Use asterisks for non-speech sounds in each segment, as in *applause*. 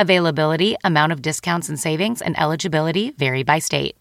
Availability, amount of discounts and savings, and eligibility vary by state.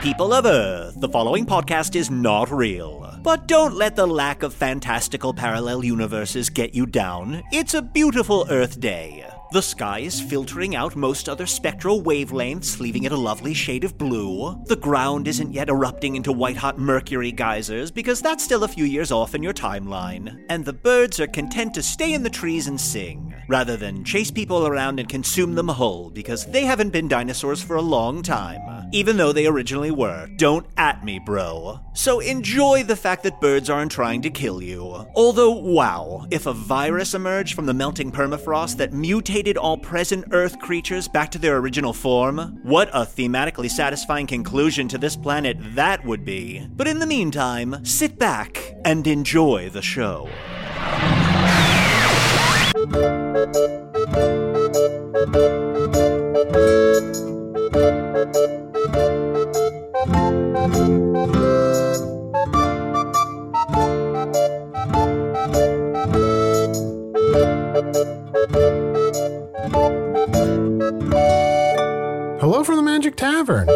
People of Earth, the following podcast is not real. But don't let the lack of fantastical parallel universes get you down. It's a beautiful Earth day. The sky is filtering out most other spectral wavelengths, leaving it a lovely shade of blue. The ground isn't yet erupting into white hot mercury geysers, because that's still a few years off in your timeline. And the birds are content to stay in the trees and sing, rather than chase people around and consume them whole, because they haven't been dinosaurs for a long time. Even though they originally were. Don't at me, bro. So enjoy the fact that birds aren't trying to kill you. Although, wow, if a virus emerged from the melting permafrost that mutated all present Earth creatures back to their original form, what a thematically satisfying conclusion to this planet that would be. But in the meantime, sit back and enjoy the show. Hello from the Magic Tavern,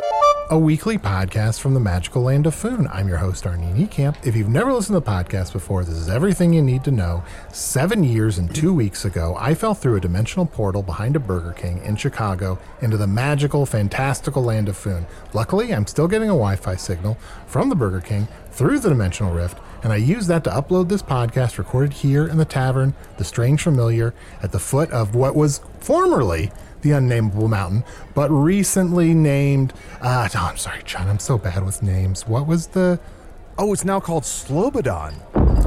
a weekly podcast from the magical land of Foon. I'm your host, Arnie Camp. If you've never listened to the podcast before, this is everything you need to know. Seven years and two weeks ago, I fell through a dimensional portal behind a Burger King in Chicago into the magical, fantastical land of Foon. Luckily, I'm still getting a Wi Fi signal from the Burger King through the dimensional rift, and I use that to upload this podcast recorded here in the tavern, The Strange Familiar, at the foot of what was formerly the unnameable mountain, but recently named. Uh, oh, I'm sorry, John. I'm so bad with names. What was the? Oh, it's now called Slobodon.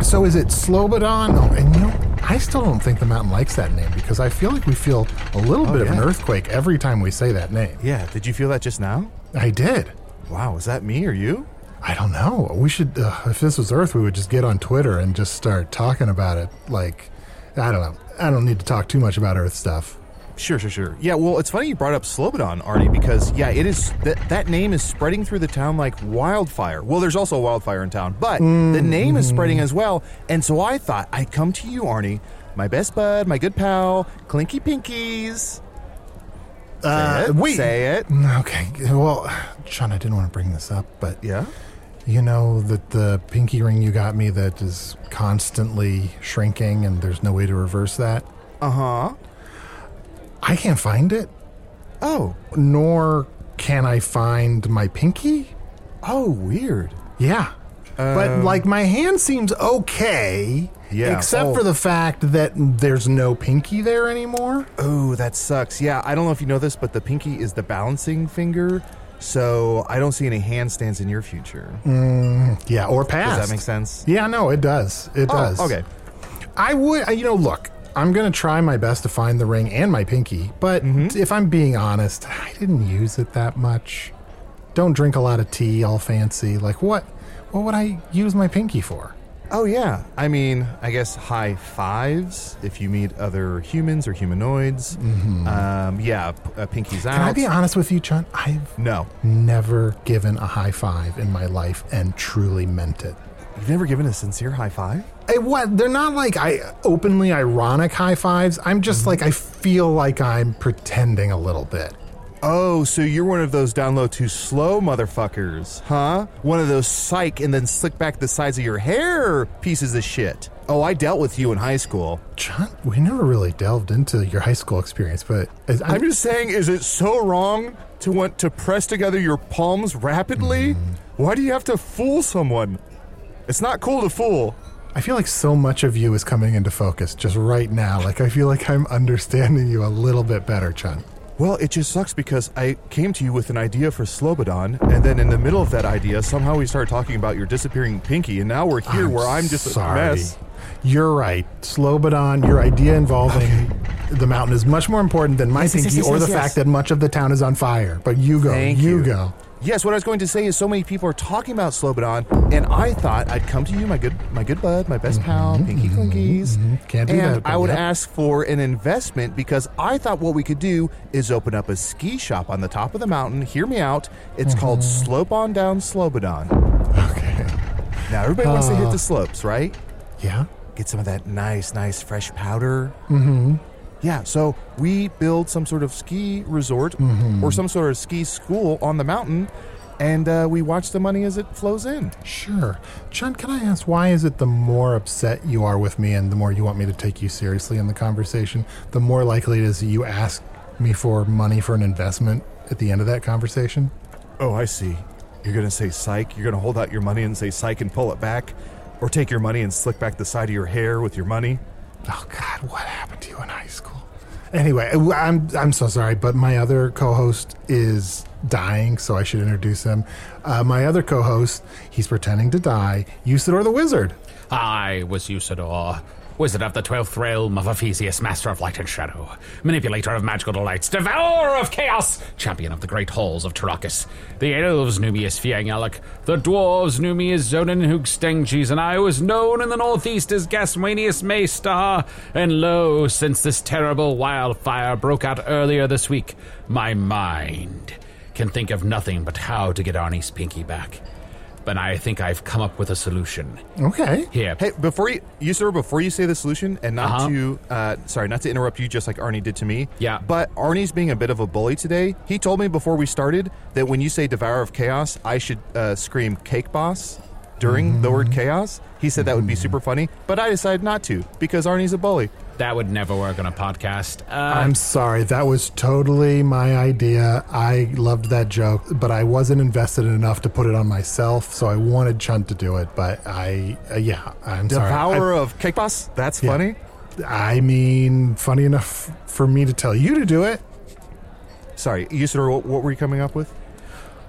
So is it Slobodon? Oh, and you know, I still don't think the mountain likes that name because I feel like we feel a little bit of an Oh, yeah. earthquake every time we say that name. Yeah, did you feel that just now? I did. Wow, is that me or you? I don't know. We should. Uh, if this was Earth, we would just get on Twitter and just start talking about it. Like, I don't know. I don't need to talk too much about Earth stuff. Sure, sure, sure. Yeah, well, it's funny you brought up Slobodon, Arnie, because yeah, it is that that name is spreading through the town like wildfire. Well, there's also wildfire in town, but the name is spreading as well. And so I thought I'd come to you, Arnie, my best bud, my good pal, Clinky Pinkies. Uh, say it, wait. say it. Mm, Okay. Well, Sean, I didn't want to bring this up, but Yeah. you know that the pinky ring you got me that is constantly shrinking, and there's no way to reverse that. Uh huh. I can't find it, Oh. nor can I find my pinky. Oh, weird. Yeah. but like my hand seems okay. Um. Yeah. Except Oh. for the fact that there's no pinky there anymore. Oh, that sucks. Yeah, I don't know if you know this, but the pinky is the balancing finger. So I don't see any handstands in your future. Yeah, or past. Does that make sense? Yeah, no, it does. It Oh, does. okay. I would, uh, you know, look, I'm going to try my best to find the ring and my pinky, but if I'm being honest, I didn't use it that much. Don't drink a lot of tea, all fancy. Like what? What would I use my pinky for? Oh, yeah. I mean, I guess high fives if you meet other humans or humanoids. Um, yeah, p- uh, pinkies Mm-hmm. out. Can I be honest with you, Chun? I've No. never given a high five in my life and truly meant it. You've never given a sincere high five? I, what? They're not like I openly ironic high fives. I'm just like I feel like I'm pretending a little bit. Oh, so you're one of those down low too slow motherfuckers, huh? One of those psych and then slick back the sides of your hair pieces of shit. Oh, I dealt with you in high school. John, we never really delved into your high school experience, but as I, I'm just saying, is it so wrong to want to press together your palms rapidly? Why do you have to fool someone? It's not cool to fool. I feel like so much of you is coming into focus just right now. Like I feel like I'm understanding you a little bit better, Chun. Well, it just sucks because I came to you with an idea for Slobodan, and then in the middle of that idea, somehow we started talking about your disappearing pinky, and now we're here where I'm just sorry. a mess. You're right. Slobodan, your idea involving the mountain is much more important than my Yes, yes, thinking yes, or yes, the yes. fact that much of the town is on fire. But you go, Thank you, you. go. Yes, what I was going to say is so many people are talking about Slobodan, and I thought I'd come to you, my good my good bud, my best pal, Pinky Clinkies. Mm-hmm, Can't do and that, but I would yep. ask for an investment because I thought what we could do is open up a ski shop on the top of the mountain. Hear me out. It's called Slope On Down Slobodan. Mm-hmm. Okay. Ah. Now everybody wants to hit the slopes, right? Yeah. Get some of that nice, nice fresh powder. Mm-hmm. Yeah, so we build some sort of ski resort or some sort of ski school on the mountain, and uh, we watch the money as it flows in. Sure. Chun, can I ask why is it the more upset you are with me and the more you want me to take you seriously in the conversation, the more likely it is that you ask me for money for an investment at the end of that conversation? Oh, I see. You're going to say psych. You're going to hold out your money and say psych and pull it back. Or take your money and slick back the side of your hair with your money. Oh God, what happened to you in high school? Anyway, I- I'm I'm so sorry, but my other co-host is dying, so I should introduce him. Uh, my other co-host, he's pretending to die. Usador the Wizard. I was Usador, wizard of the twelfth realm of Ephesius, master of light and shadow, manipulator of magical delights, devourer of chaos, champion of the great halls of Tarakas. The elves knew me as Fiangalak, the dwarves knew me as Zonin Hugstengis, and I was known in the northeast as Gaswanius Maystar. And lo, since this terrible wildfire broke out earlier this week, my mind can think of nothing but how to get Arnie's pinky back. But I think I've come up with a solution. Okay. Here, Hey, before you, you sir, before you say the solution, and not to, uh, sorry, not to interrupt you, just like Arnie did to me. Uh-huh. Yeah. But Arnie's being a bit of a bully today. He told me before we started that when you say "devourer of chaos," I should uh, scream "cake boss" during Mm-hmm. the word chaos. He said that would be super funny, but I decided not to because Arnie's a bully. That would never work on a podcast. Uh, I'm sorry, that was totally my idea. I loved that joke, but I wasn't invested enough to put it on myself, so I wanted Chunt to do it, but I, uh, yeah, I'm sorry. I- Devourer of cake boss. That's funny. I mean, funny enough for me to tell you to do it. Sorry, Usador, what, what were you coming up with?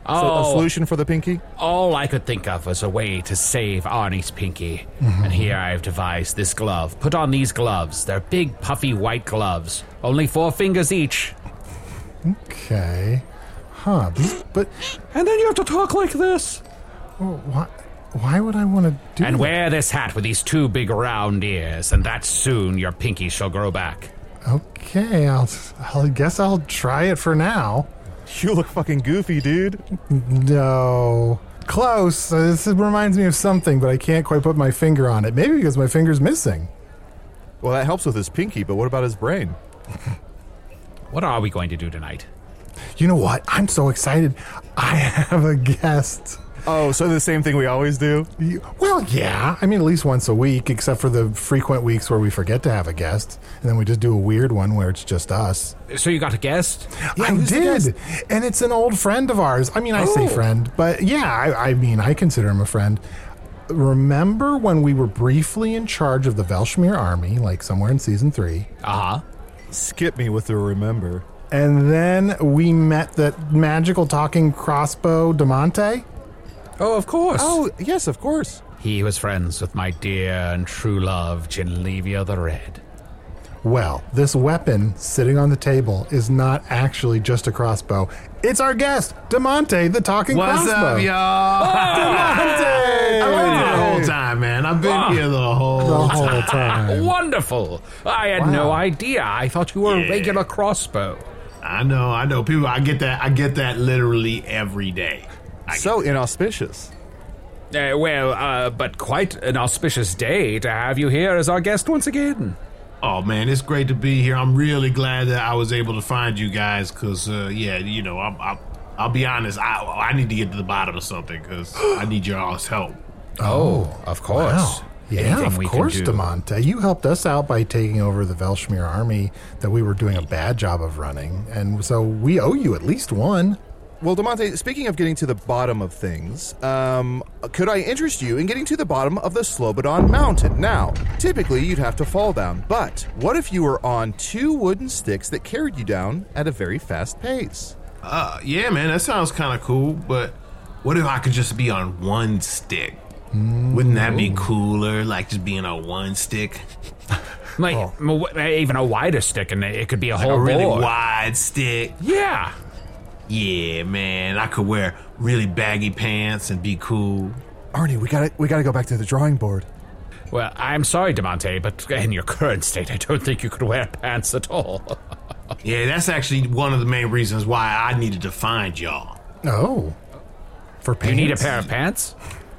So a oh, solution for the pinky? *laughs* all I could think of was a way to save Arnie's pinky. And here I've devised this glove. Put on these gloves. They're big, puffy white gloves. Only four fingers each. Okay. Huh. This- But oh, And then you have to talk like this. why, why would I want to do And that? wear this hat with these two big round ears, and that soon your pinky shall grow back. Okay, I'll, I'll guess I'll try it for now. You look fucking goofy, dude. No. Close. Uh, This reminds me of something, but I can't quite put my finger on it. Maybe because my finger's missing. Well, that helps with his pinky, but what about his brain? What are we going to do tonight? You know what? I'm so excited. I *laughs* have a guest. Oh, so the same thing we always do? You- Well, yeah. I mean, at least once a week, except for the frequent weeks where we forget to have a guest, and then we just do a weird one where it's just us. So you got a guest? I who's the Oh. did, and it's an old friend of ours. I mean, I say friend, but yeah, I, I mean, I consider him a friend. Remember when we were briefly in charge of the Velshmir army, like somewhere in season three? Uh huh. Skip me with the remember. And then we met that magical talking crossbow Demonte. Oh, of course. Oh, yes, of course. He was friends with my dear and true love, Genlevia the Red. Well, this weapon sitting on the table is not actually just a crossbow. It's our guest, Demonte, the talking What's crossbow. up, y'all? Demonte! I've been here the whole time, Ah, man. I've been here the The whole. whole time. Wonderful! I had no idea. I thought you were a regular crossbow. I know, I know. People, I get that. I get that literally every day. I So Oh, inauspicious. Uh, well, uh, but quite an auspicious day to have you here as our guest once again. Oh man, it's great to be here. I'm really glad that I was able to find you guys because, uh, yeah, you know, I'm, I'm, I'll be honest. I I need to get to the bottom of something because I need y'all's help. Oh, of course. Wow. Yeah, Anything of we can course, do. Demonte. You helped us out by taking over the Velshmir army that we were doing a bad job of running, and so we owe you at least one. *laughs* Well, Demonte, speaking of getting to the bottom of things, um, could I interest you in getting to the bottom of the Slobodan Mountain? Now, typically you'd have to fall down, but what if you were on two wooden sticks that carried you down at a very fast pace? Uh, yeah, man, that sounds kind of cool. But what if I could just be on one stick? Wouldn't that be cooler? Like just being on one stick, Like, Oh. m- w- uh, even a wider stick, and it could be Oh, a whole a really board. wide stick. Yeah. Yeah, man, I could wear really baggy pants and be cool. Arnie, we gotta we gotta go back to the drawing board. Well, I'm sorry, Demonte, but in your current state, I don't think you could wear pants at all. Yeah, that's actually one of the main reasons why I needed to find y'all. Oh, for you pants. need a pair of pants?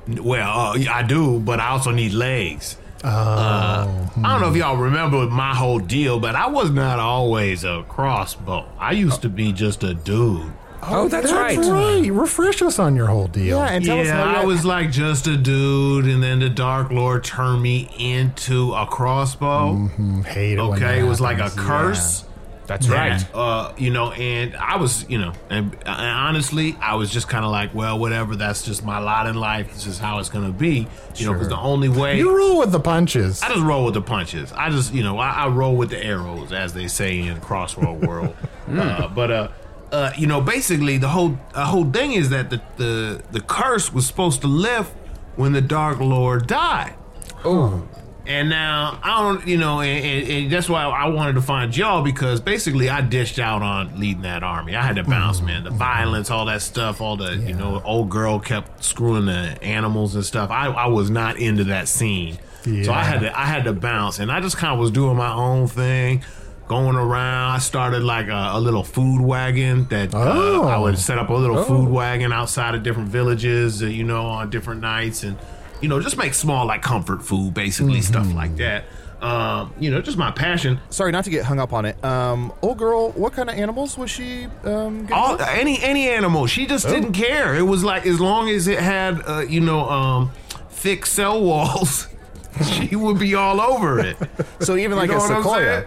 Well, uh, yeah, I do, but I also need legs. Oh, Uh, I don't know if y'all remember my whole deal, but I was not always a crossbow. I used to be just a dude. Oh, that's, right. right. Refresh us on your whole deal. Yeah, and tell us how yeah, you I was like just a dude, and then the Dark Lord turned me into a crossbow. Mm-hmm. Mm, Hate it when Okay, that it was like a happens. curse. That's right. That, uh, you know, and I was, you know, and, and honestly, I was just kind of like, well, whatever. That's just my lot in life. This is how it's gonna be. You know, because the only way You roll with the punches. I just roll with the punches. I just, you know, I, I roll with the arrows, as they say in Crossroad *laughs* World. Hmm. uh, but uh, uh, you know, basically the whole uh, whole thing is that the, the the curse was supposed to lift when the Dark Lord died. And now I don't, you know, and, and, and that's why I wanted to find y'all because basically I dished out on leading that army. I had to bounce, man. The violence, all that stuff, all the, you know, old girl kept screwing the animals and stuff. I, I was not into that scene, so I had to I had to bounce, and I just kind of was doing my own thing, going around. I started like a, a little food wagon that Oh. uh, I would set up a little Oh. food wagon outside of different villages, uh, you know, on different nights, and you know, just make small like comfort food, Mm-hmm. basically stuff like that. Um, you know, just my passion. Sorry, not to get hung up on it. Um, old girl, what kind of animals was she? Um, gonna All cook? any any animal, she Oh. just didn't care. It was like as long as it had, uh, you know, um, thick cell walls, *laughs* she would be all over it. so even You like know a what I'm sequoia. saying?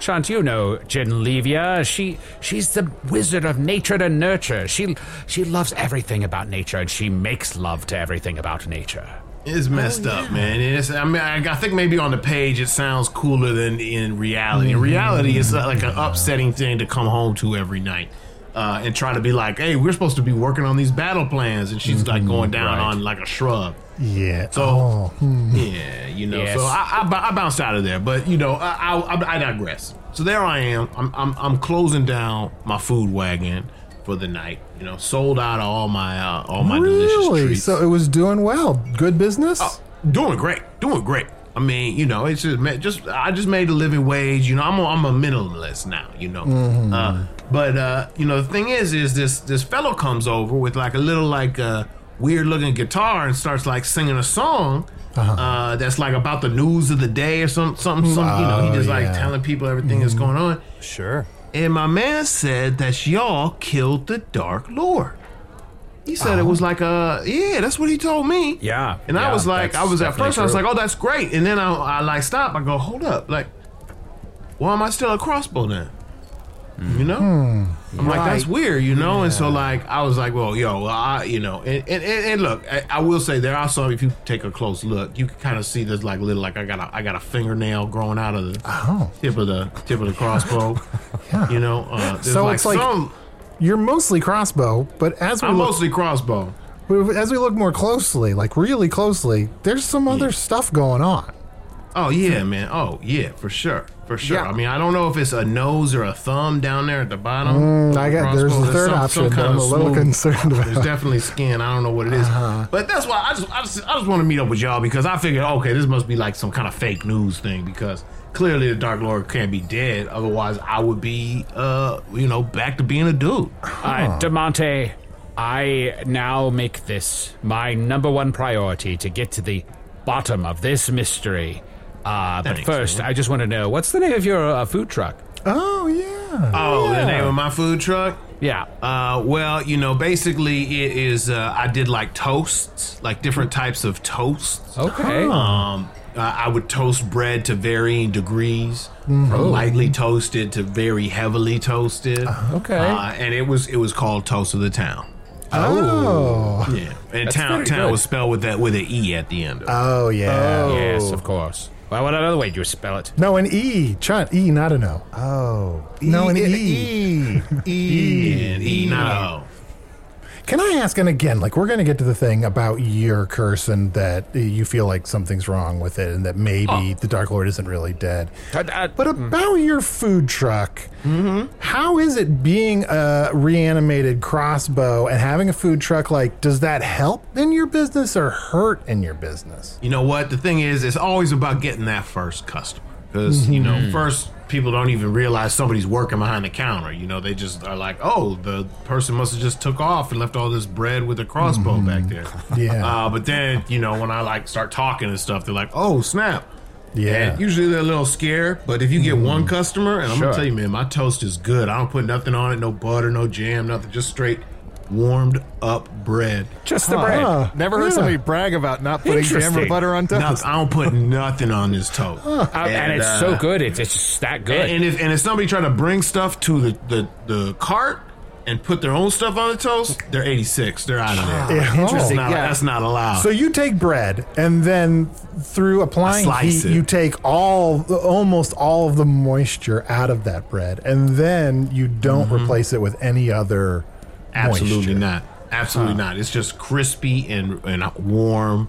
Shan't you know Genlevia? She she's the wizard of nature and nurture. She she loves everything about nature, and she makes love to everything about nature. It's Oh, messed up, man. And It's, I mean, I, I think maybe on the page it sounds cooler than in reality. Mm-hmm. In reality, it's uh, like an upsetting thing to come home to every night uh, and try to be like, "Hey, we're supposed to be working on these battle plans," and she's like going down on like a shrub. Mm-hmm. yeah. So, oh, hmm. yeah, you know. Yes. So I, I, bou- I bounced out of there, but you know, I, I, I digress. So there I am. I'm, I'm I'm closing down my food wagon for the night. You know, sold out of all my uh, all my delicious really? treats. So it was doing well. Good business. Oh, doing great, doing great. I mean, you know, it's just, ma- just I just made a living wage. You know, I'm a, I'm a minimalist now. You know, uh, but uh, you know, the thing is, is this this fellow comes over with like a little like uh, weird looking guitar and starts like singing a song. uh that's like about the news of the day or some something, some, you know, Oh, he just yeah. like telling people everything that's going on. Sure. And my man said that y'all killed the Dark Lord. He said it was like a yeah, that's what he told me. Yeah, And I yeah, was like, that's I was at definitely first, I was true. like, oh, that's great. And then I, I like stop. I go, hold up, like, why am I still a crossbow then? You know, Hmm. I'm like that's weird, you know. And so like I was like, well, yo, well, I, you know, and and, and, and look, I, I will say there are some. If you take a close look, you can kind of see there's like little, like I got a I got a fingernail growing out of the Oh. tip of the tip of the crossbow. *laughs* You know, uh, there's So like it's like- some. You're mostly crossbow, but as we I'm look, mostly crossbow. as we look more closely, like really closely, there's some other stuff going on. Oh yeah, man. Oh yeah, for sure, for sure. Yeah. I mean, I don't know if it's a nose or a thumb down there at the bottom. Mm, I got- there's Crossbones. the third some- option some that kind I'm of a little smooth- concerned about. *laughs* Uh-huh. There's definitely skin. I don't know what it is. But that's why I just I just, I just want to meet up with y'all because I figured okay, this must be like some kind of fake news thing because clearly the Dark Lord can't be dead. Otherwise, I would be uh you know back to being a dude. Oh, Uh, Demonte, I now make this my number one priority to get to the bottom of this mystery. Uh, but Thanks, first, I just want to know what's the name of your uh, food truck? Oh yeah. Oh, the name of my food truck. Yeah. Uh, well, you know, basically it is. Uh, I did like toasts, like different types of toasts. Okay. Um, I I would toast bread to varying degrees, Mm-hmm. from lightly toasted to very heavily toasted. Uh-huh. okay. uh, and it was it was called Toast of the Town. Oh. Yeah, and That's town very town good. Uh, was spelled with that with an e at the end. Of it. Oh yeah. Yes, of course. Well, what other way do you spell it? No, an E, Chunt. E, not an O. Oh. No, an E. E. and e not a o. *laughs* Can I ask, and again, like we're going to get to the thing about your curse and that you feel like something's wrong with it and that maybe the Dark Lord isn't really dead. Uh, uh, But about your food truck, Mm-hmm. how is it being a reanimated crossbow and having a food truck? Like, does that help in your business or hurt in your business? You know what? The thing is, it's always about getting that first customer because you know Mm-hmm. first people don't even realize somebody's working behind the counter. You know, they just are like, oh, the person must have just took off and left all this bread with a crossbow back there. Mm-hmm. *laughs* Yeah. Uh, but then you know when I like start talking and stuff, they're like, oh snap. Yeah. Mm-hmm. And usually they're a little scared, but if you get one customer, and I'm Sure. gonna tell you, man, my toast is good. I don't put nothing on it, no butter, no jam, nothing, just straight warmed up bread. just the bread. Never heard Yeah. somebody brag about not putting jam or Interesting. butter on No, toast. I don't put nothing on this toast, Uh, and, it's uh, so good. It's, it's just that good. And, and if and if somebody tried to bring stuff to the, the the cart and put their own stuff on the toast, they're 86. They're out of there. Yeah. That's Interesting, not, yeah. that's not allowed. So you take bread, and then through applying slice heat, it. you take all, almost all of the moisture out of that bread, and then you don't replace it with any other. Mm-hmm. moisture. Absolutely not. Absolutely not. It's just crispy and and warm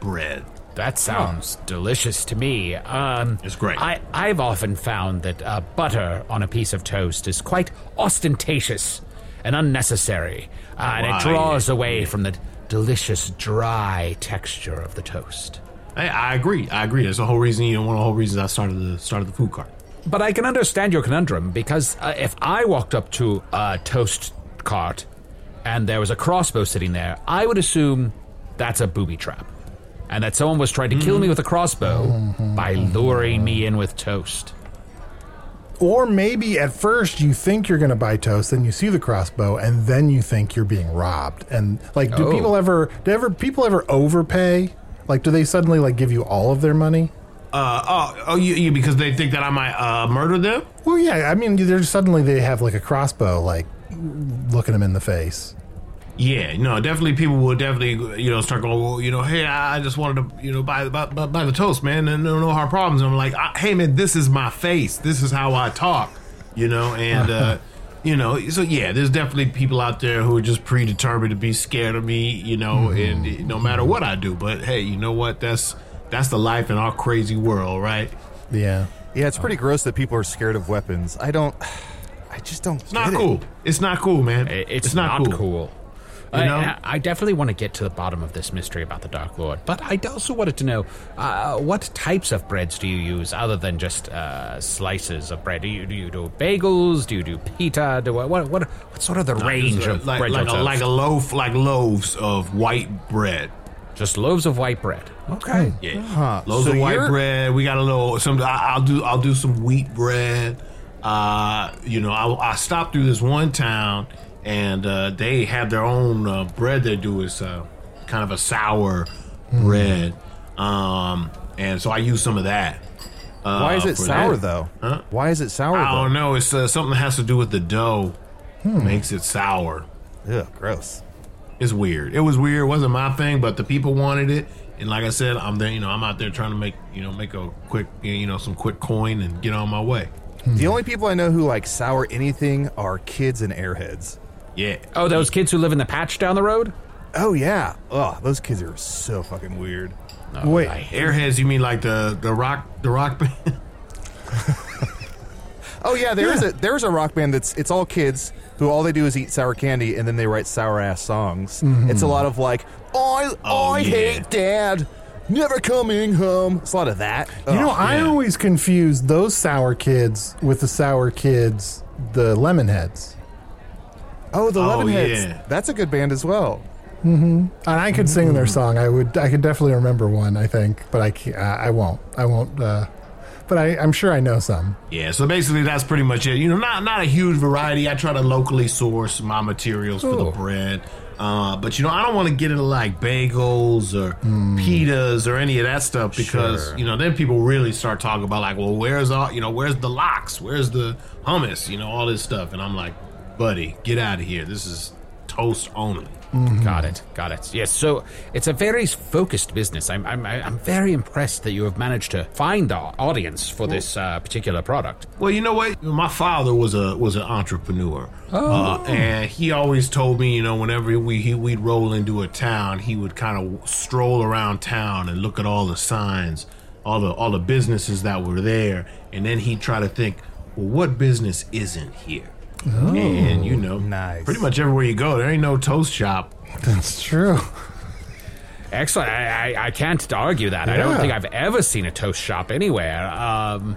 bread. That sounds delicious to me. Um, It's great. I, I've often found that uh, butter on a piece of toast is quite ostentatious and unnecessary, uh, and Right. it draws away from the delicious, dry texture of the toast. I, I agree. I agree. That's the whole reason. You know, one of the whole reasons I started the started the food cart. But I can understand your conundrum because uh, if I walked up to a toast cart and there was a crossbow sitting there, I would assume that's a booby trap. And that someone was trying to kill me with a crossbow by luring me in with toast. Or maybe at first you think you're going to buy toast, then you see the crossbow, and then you think you're being robbed. And like, do Oh. people ever? Do ever people ever overpay? Like, do they suddenly like give you all of their money? Uh oh oh you, you because they think that I might uh murder them. Well, yeah. I mean, they're suddenly they have like a crossbow, like looking them in the face. Yeah, no, definitely people will definitely you know start going. Well, you know, hey, I, I just wanted to you know buy the buy, buy buy the toast, man. And no no hard problems. And I'm like, I, hey, man, this is my face. This is how I talk. You know, *laughs* and uh you know, so yeah, there's definitely people out there who are just predetermined to be scared of me. You know, Mm-hmm. and no matter what I do, but hey, you know what? That's that's the life in our crazy world, right? Yeah. Yeah, it's pretty gross that people are scared of weapons. I don't. *sighs* I just don't. It's not cool. It's not cool, man. I- It's, not, cool. I, I- I definitely want to get to the bottom of this mystery about the Dark Lord, but I also wanted to know uh, what types of breads do you use other than just uh, slices of bread? Do you, do you do bagels? Do you do pita? Do what what what, what sort of the range of like, bread? like, you'll a, toast? like a loaf, like loaves of white bread. just loaves of white bread. Okay. Yeah, loaves So of white you're- bread. We got a little. Some I, I'll do. I'll do some wheat bread. Uh, you know, I, I stopped through this one town, and uh, they have their own uh, bread. They do is uh, kind of a sour Hmm. bread, um, and so I use some of that. Uh, Why is it for sour that. though? Why is it sour? I don't though? know. It's uh, something that has to do with the dough. Hmm. Makes it sour. Ugh, gross. It's weird. It was weird. It wasn't my thing, but the people wanted it. And like I said, I'm there. You know, I'm out there trying to make you know make a quick you know some quick coin and get on my way. The only people I know who like sour anything are kids and airheads. Yeah. Oh, those kids who live in the patch down the road. Oh yeah. Ugh, those kids are so fucking weird. Wait. Airheads? You mean like the the rock the rock band? Oh yeah, there is Yeah. a there is a rock band that's it's all kids who all they do is eat sour candy and then they write sour ass songs. Mm-hmm. It's a lot of like I Oh, I yeah. hate dad, never coming home. It's a lot of that. You know, I always confuse those sour kids with the sour kids, the lemon heads. oh the Oh, Lemonheads. yeah. That's a good band as well. And I could sing their song. I would. I could definitely remember one. I think, but I can't, I I won't. I won't. Uh, but I, I'm sure I know some. Yeah, so basically that's pretty much it. You know, not not a huge variety. I try to locally source my materials for the bread. Uh, but you know, I don't want to get into like bagels or pitas or any of that stuff because you know then people really start talking about like, well, where's all you know, where's the lox, where's the hummus, you know, all this stuff, and I'm like, buddy, get out of here. This is toast only. Mm-hmm. Got it. Got it. Yes. So it's a very focused business. I'm, I'm, I'm very impressed that you have managed to find the audience for this uh, particular product. Well, you know what? My father was a was an entrepreneur, uh, and he always told me, you know, whenever we he, we'd roll into a town, he would kind of stroll around town and look at all the signs, all the all the businesses that were there, and then he'd try to think, well, what business isn't here? and you know, nice. pretty much everywhere you go, there ain't no toast shop. That's true. Excellent. I, I, I can't argue that. I don't Yeah. think I've ever seen a toast shop anywhere. Um,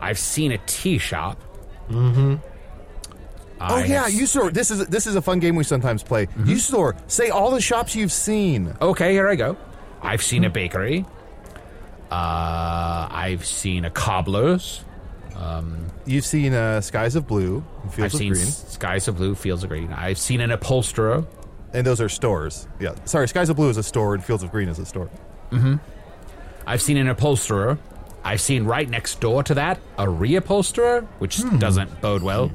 I've seen a tea shop. Mm-hmm. oh yeah, you store. This is this is a fun game we sometimes play. You store. Say all the shops you've seen. Okay, here I go. I've seen a bakery. Uh, I've seen a cobbler's. You've seen uh, skies of blue, and fields I've of seen green, s- skies of blue, fields of green. I've seen an upholsterer. and those are stores. Yeah, sorry, skies of blue is a store, and fields of green is a store. I've seen an upholsterer. I've seen right next door to that a reupholsterer, which Hmm. doesn't bode well.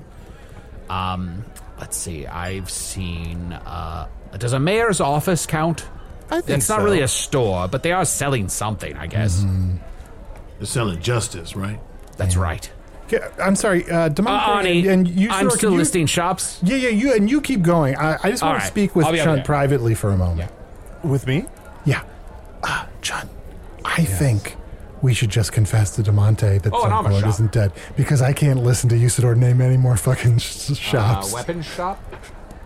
Um, let's see. I've seen. Uh, does a mayor's office count? I think It's not so. really a store, but they are selling something, I guess. Mm-hmm. They're selling justice, right? That's right. Okay, I'm sorry, uh, Democrat, Uh, Arnie, and, and you. I'm sir, still can you- listing shops. Yeah, yeah, you and you keep going. I, I just All want right. to speak with I'll be up Chunt there. privately for a moment. with me. Yeah. Uh, John, I think we should just confess to DeMonte that Oh, an armor Zunkboard shop. isn't dead because I can't listen to Usador name any more fucking Uh, sh- shops. weapon shop.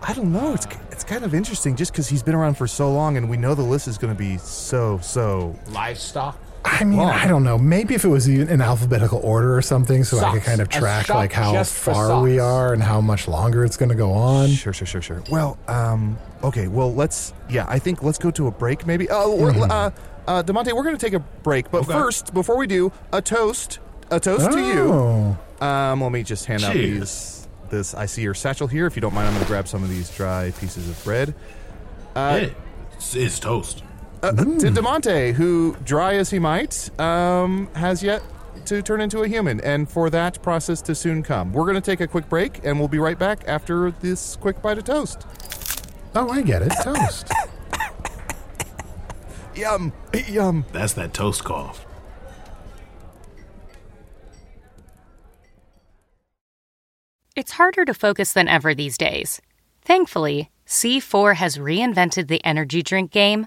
I don't know. It's it's kind of interesting just because he's been around for so long, and we know the list is going to be so so. Livestock. I mean, I don't know. Maybe if it was even in alphabetical order or something so I could Socks. kind of A track shop like how just for far we socks. are and how much longer it's going to go on. Sure, sure, sure, sure. Well, um, okay. Well, let's. Yeah, I think let's go to a break, maybe. Oh, we're, uh, uh, Demonte, we're going to take a break, but first, before we do, a toast, a toast to Oh. you. Um, let me just hand out Cheers. these. This I see your satchel here. If you don't mind, I'm going to grab some of these dry pieces of bread. yeah, it's, it's toast. Uh, uh, to Demonte, who, dry as he might, um, has yet to turn into a human, and for that process to soon come. We're going to take a quick break, and we'll be right back after this quick bite of toast. Oh, I get it. Toast. Yum, yum. That's that toast cough. It's harder to focus than ever these days. Thankfully, C4 has reinvented the energy drink game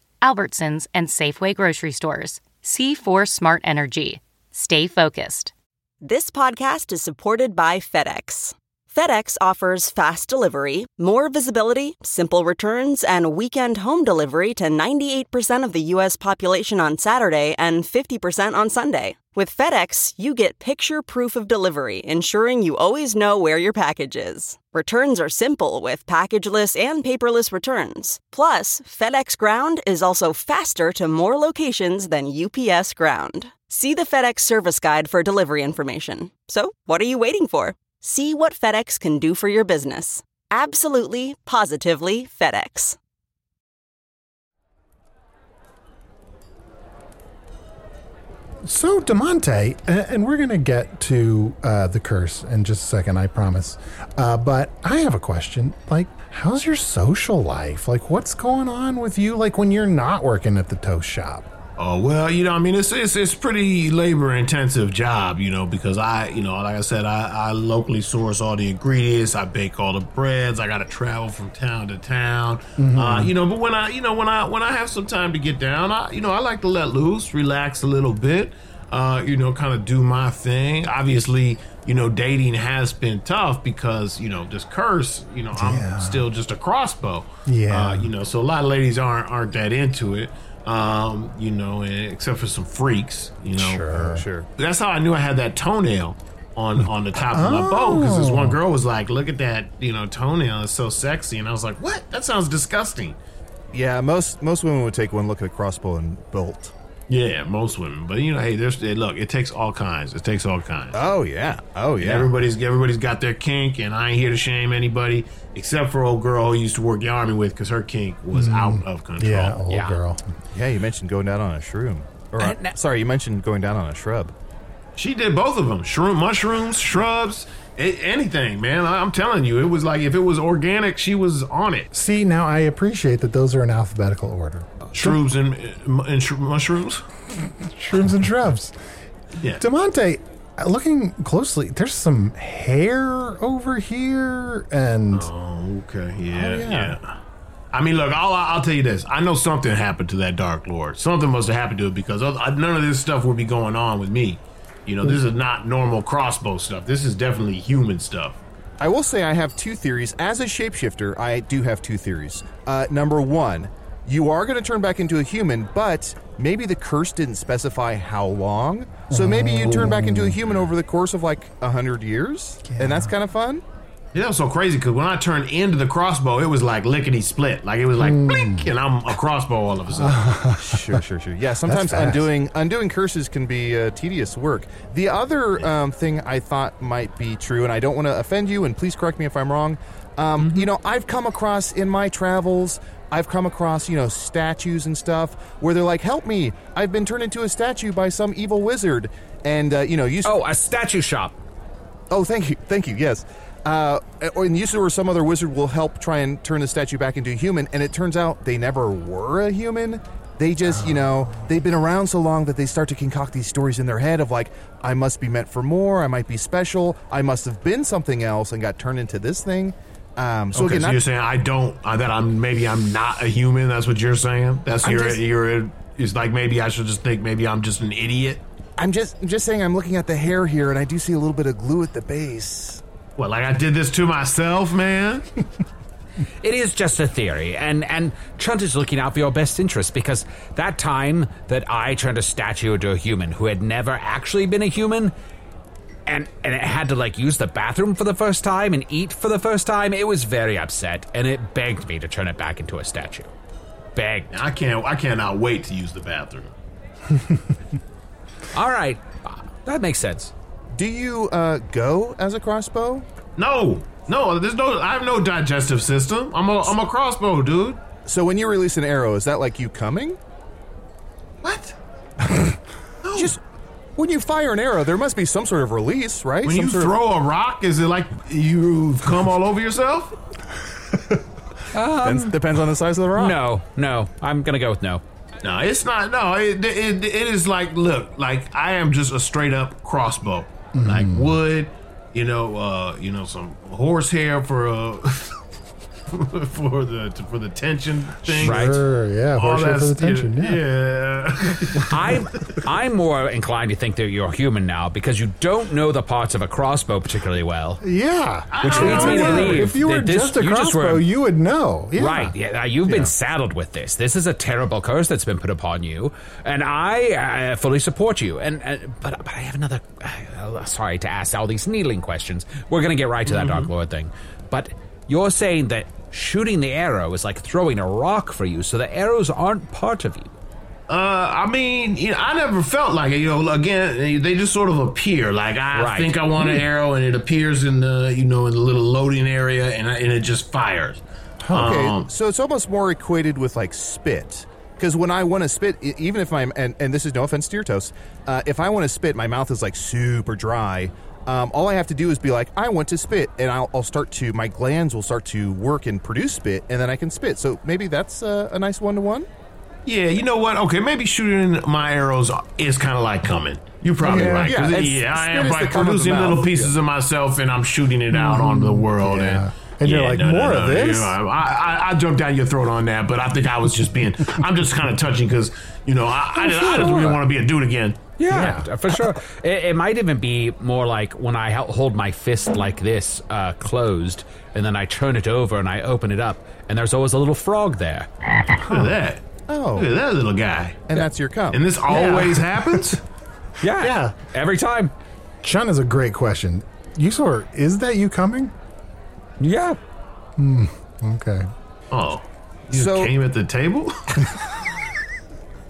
Albertsons, and Safeway grocery stores. C4 Smart Energy. Stay focused. This podcast is supported by FedEx. FedEx offers fast delivery, more visibility, simple returns, and weekend home delivery to 98% of the U.S. population on Saturday and 50% on Sunday. With FedEx, you get picture proof of delivery, ensuring you always know where your package is. Returns are simple with packageless and paperless returns. Plus, FedEx Ground is also faster to more locations than UPS Ground. See the FedEx service guide for delivery information. So, what are you waiting for? See what FedEx can do for your business. Absolutely, positively FedEx. So, Demonte, a- and we're going to get to uh, the curse in just a second, I promise. Uh, but I have a question. Like, how's your social life? Like, what's going on with you? Like, when you're not working at the toast shop? Oh well, you know, I mean, it's it's it's pretty labor intensive job, you know, because I, you know, like I said, I, I locally source all the ingredients, I bake all the breads, I got to travel from town to town, Mm-hmm. uh, you know. But when I, you know, when I when I have some time to get down, I, you know, I like to let loose, relax a little bit, uh, you know, kind of do my thing. Obviously, you know, dating has been tough because you know this curse, you know, Yeah. I'm still just a crossbow, Yeah. uh, you know, so a lot of ladies aren't aren't that into it. Um, you know, and except for some freaks, you know. Sure. sure. That's how I knew I had that toenail on on the top of my bow because this one girl was like, "Look at that, you know, toenail It's so sexy," and I was like, "What? That sounds disgusting." Yeah, most most women would take one look at a crossbow and bolt. Yeah, most women, but you know, hey, there's hey, look, it takes all kinds. It takes all kinds. Oh yeah, oh yeah. Everybody's everybody's got their kink, and I ain't here to shame anybody except for old girl who used to work the army with because her kink was out of control. Yeah, old Yeah. girl. yeah, you mentioned going down on a shroom. Or, Uh, na- sorry, you mentioned going down on a shrub. She did both of them: shroom, mushrooms, shrubs, a- anything. Man, I- I'm telling you, it was like if it was organic, she was on it. See, now I appreciate that those are in alphabetical order. Shrooms and uh, and shro- mushrooms. Shrooms and shrubs. Yeah. Demonte, looking closely, there's some hair over here, and Oh. Okay. yeah. Yeah. yeah. I mean, look, I'll, I'll tell you this. I know something happened to that Dark Lord. Something must have happened to it because other, none of this stuff would be going on with me. You know, this is not normal crossbow stuff. This is definitely human stuff. I will say I have two theories. As a shapeshifter, I do have two theories. Uh, number one, you are going to turn back into a human, but maybe the curse didn't specify how long. So maybe you turn back into a human over the course of like a hundred years, and that's kind of fun. Yeah, that was so crazy because when I turned into the crossbow, it was like lickety split. Like it was like blink, and I'm a crossbow all of a sudden. sure, sure, sure. Yeah, sometimes fast. undoing undoing curses can be uh, tedious work. The other um, thing I thought might be true, and I don't want to offend you, and please correct me if I'm wrong. Um, You know, I've come across in my travels, I've come across you know statues and stuff where they're like, "Help me! I've been turned into a statue by some evil wizard." And uh, you know, you Oh, a statue shop. Oh, thank you, thank you. Yes, uh, or in usually or some other wizard will help try and turn the statue back into a human, and it turns out they never were a human. They just, you know, they've been around so long that they start to concoct these stories in their head of like, I must be meant for more, I might be special, I must have been something else and got turned into this thing. Um, so okay, again, so not- you're saying I don't uh, that I'm maybe I'm not a human. That's what you're saying. That's I'm your just- your it's like maybe I should just think maybe I'm just an idiot. I'm just, I'm just saying, I'm looking at the hair here, and I do see a little bit of glue at the base. What like I did this to myself, man? It is just a theory, and and Chunt is looking out for your best interest because that time that I turned a statue into a human who had never actually been a human, and and it had to like use the bathroom for the first time and eat for the first time, it was very upset, and it begged me to turn it back into a statue. Begged. I can't. I cannot wait to use the bathroom. All right, that makes sense. Do you uh, go as a crossbow? No, no. There's no. I have no digestive system. I'm a. I'm a crossbow, dude. So when you release an arrow, is that like you coming? What? Just when you fire an arrow, there must be some sort of release, right? When Some you sort of- throw a rock, is it like you've come all over yourself? depends, depends on the size of the rock. No, no, I'm gonna go with no. No, it's not. No, it, it, it is like look, like I am just a straight up crossbow, Mm-hmm. like wood, you know, uh, you know, some horsehair for uh, *laughs* for the for the tension thing, Right. Sure, yeah, horseshoe for the stu- tension, yeah. yeah. *laughs* I'm I'm more inclined to think that you're human now because you don't know the parts of a crossbow particularly well. yeah. Which don't leads know me to that. believe If you that were this- just a you just were- crossbow, you would know. Yeah. Right. Yeah, now you've been saddled with this. This is a terrible curse that's been put upon you, and I uh, fully support you. And uh, but but I have another. Uh, sorry to ask all these needling questions. We're gonna get right to that Dark Lord thing. But you're saying that shooting the arrow is like throwing a rock for you, so the arrows aren't part of you. Uh, I mean, you know, I never felt like it. You know, again, they just sort of appear. Like I Right. think I want Hmm. an arrow, and it appears in the you know in the little loading area, and, I- and it just fires. Okay, Um, so it's almost more equated with like spit. Because when I want to spit, e- even if my and, and this is no offense to your toast, uh, if I want to spit, my mouth is like super dry. Um, all I have to do is be like, I want to spit, and I'll, I'll start to my glands will start to work and produce spit, and then I can spit. So maybe that's uh, a nice one to one. Yeah, you know what? Okay, maybe shooting my arrows is kind of like coming. You're probably Yeah. right. 'cause Yeah, it- it's- Yeah, I spit am is like the cum of the producing little mouth. pieces of myself, and I'm shooting it out onto the world. yeah. And And, you're like, "More of this?" you know, I, I, I jumped down your throat on that, but I think I was just being. *laughs* I'm just kind of touching because you know I, I, just- I just really want to be a dude again. Yeah, for *laughs* sure. It, it might even be more like when I hel- hold my fist like this, uh, closed, and then I turn it over and I open it up, and there's always a little frog there. Look at that. Oh. Look at that little guy. And that's your cum. And this always happens. Yeah, Yeah. every time. Chun is a great question. Uxor, is that you coming? Yeah, *laughs* Okay. Oh, you just So- came at the *laughs* table.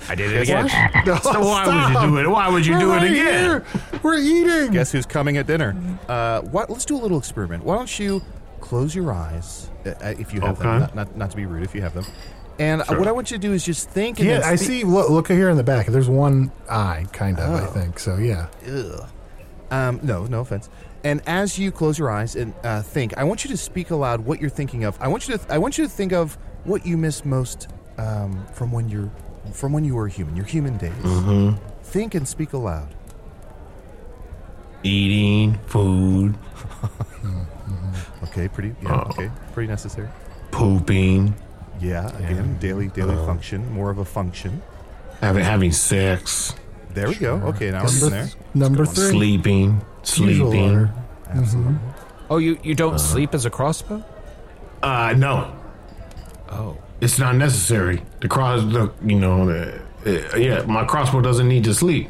I did it again. No, So why would you do it? Why would you We're do it right again? here. We're eating. *laughs* Guess who's coming at dinner? Uh, what? Let's do a little experiment. Why don't you close your eyes uh, uh, if you have Okay. them? Not, not, not to be rude, if you have them. And uh, what I want you to do is just think. And yeah, then I speak- see. Look, look here in the back. There's one eye, kind of. I Oh. think so. Yeah. Ugh. Um, no, no offense. And as you close your eyes and uh, think, I want you to speak aloud what you're thinking of. I want you to. I want you to think of what you miss most um, from when you're from when you were human. Your human days. Mm-hmm. Think and speak aloud. Eating food, Okay, pretty. Yeah, Oh. okay, pretty necessary. pooping, Yeah, again, daily daily uh, function, more of a function. having having sex, There we go. Okay, now we're Number, in there. number three. sleeping, Usual order. sleeping. Absolutely. Oh, you you don't sleep as a crossbow? Uh, no, Oh, it's not necessary. The cross, the you know, the, uh, yeah, my crossbow doesn't need to sleep.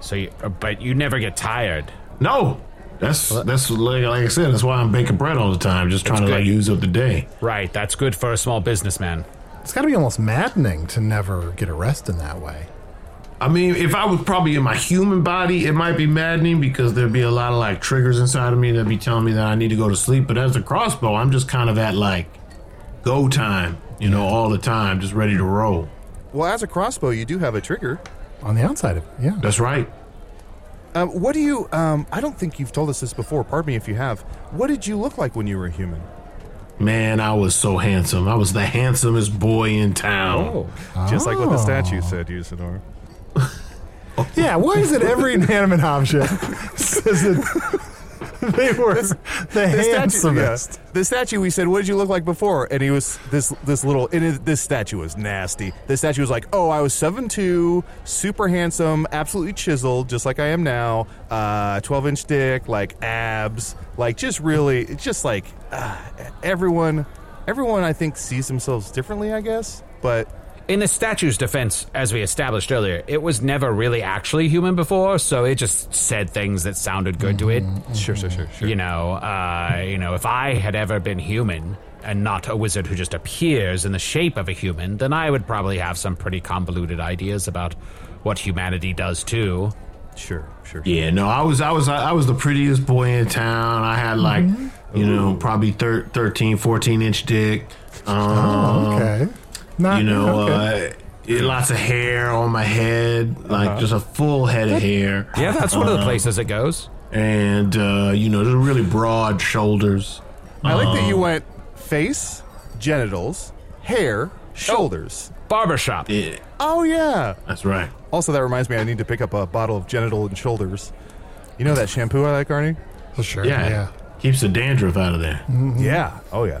so you, uh, but you never get tired. No, that's that's like, like I said. That's why I'm baking bread all the time, just trying to good. like use up the day. Right, that's good for a small businessman. It's got to be almost maddening to never get a rest in that way. I mean, if I was probably in my human body, it might be maddening because there'd be a lot of like triggers inside of me that'd be telling me that I need to go to sleep. But as a crossbow, I'm just kind of at like go time, you know, all the time, just ready to roll. Well, as a crossbow, you do have a trigger. On the outside of it, yeah. That's right. Um, what do you? Um, I don't think you've told us this before. Pardon me if you have. What did you look like when you were a human? Man, I was so handsome. I was the handsomest boy in town. Just like what the statue said, Usador. Yeah, why is it *laughs* every inanimate object says that they were the handsomest? the statue. We said, "What did you look like before?" And he was this this little. And it, this statue was nasty. The statue was like, "Oh, I was seven two, super handsome, absolutely chiseled, just like I am now. Uh, Twelve inch dick, like abs, like just really, it's just like uh, everyone. Everyone, I think, sees themselves differently. I guess, but." In the statue's defense, as we established earlier, it was never really actually human before, so it just said things that sounded good to it. Sure, sure, sure, sure. You know, uh, you know, if I had ever been human and not a wizard who just appears in the shape of a human, then I would probably have some pretty convoluted ideas about what humanity does too. Sure, sure. Yeah, no, I was, I was, I was the prettiest boy in town. I had like, you know, probably thir- 13, 14 inch dick. Um, Okay. Not, you know, okay. uh, yeah, lots of hair on my head, like just a full head of hair. Yeah, that's one of the places it goes. And, uh, you know, just really broad shoulders. I like that you went face, genitals, hair, shoulders. Barbershop. Yeah, Oh yeah. that's right. Also, that reminds me, I need to pick up a bottle of genital and shoulders. You know that shampoo I like, Arnie? Well, sure. Yeah. Yeah. Keeps the dandruff out of there. Mm-hmm. Yeah. Oh yeah.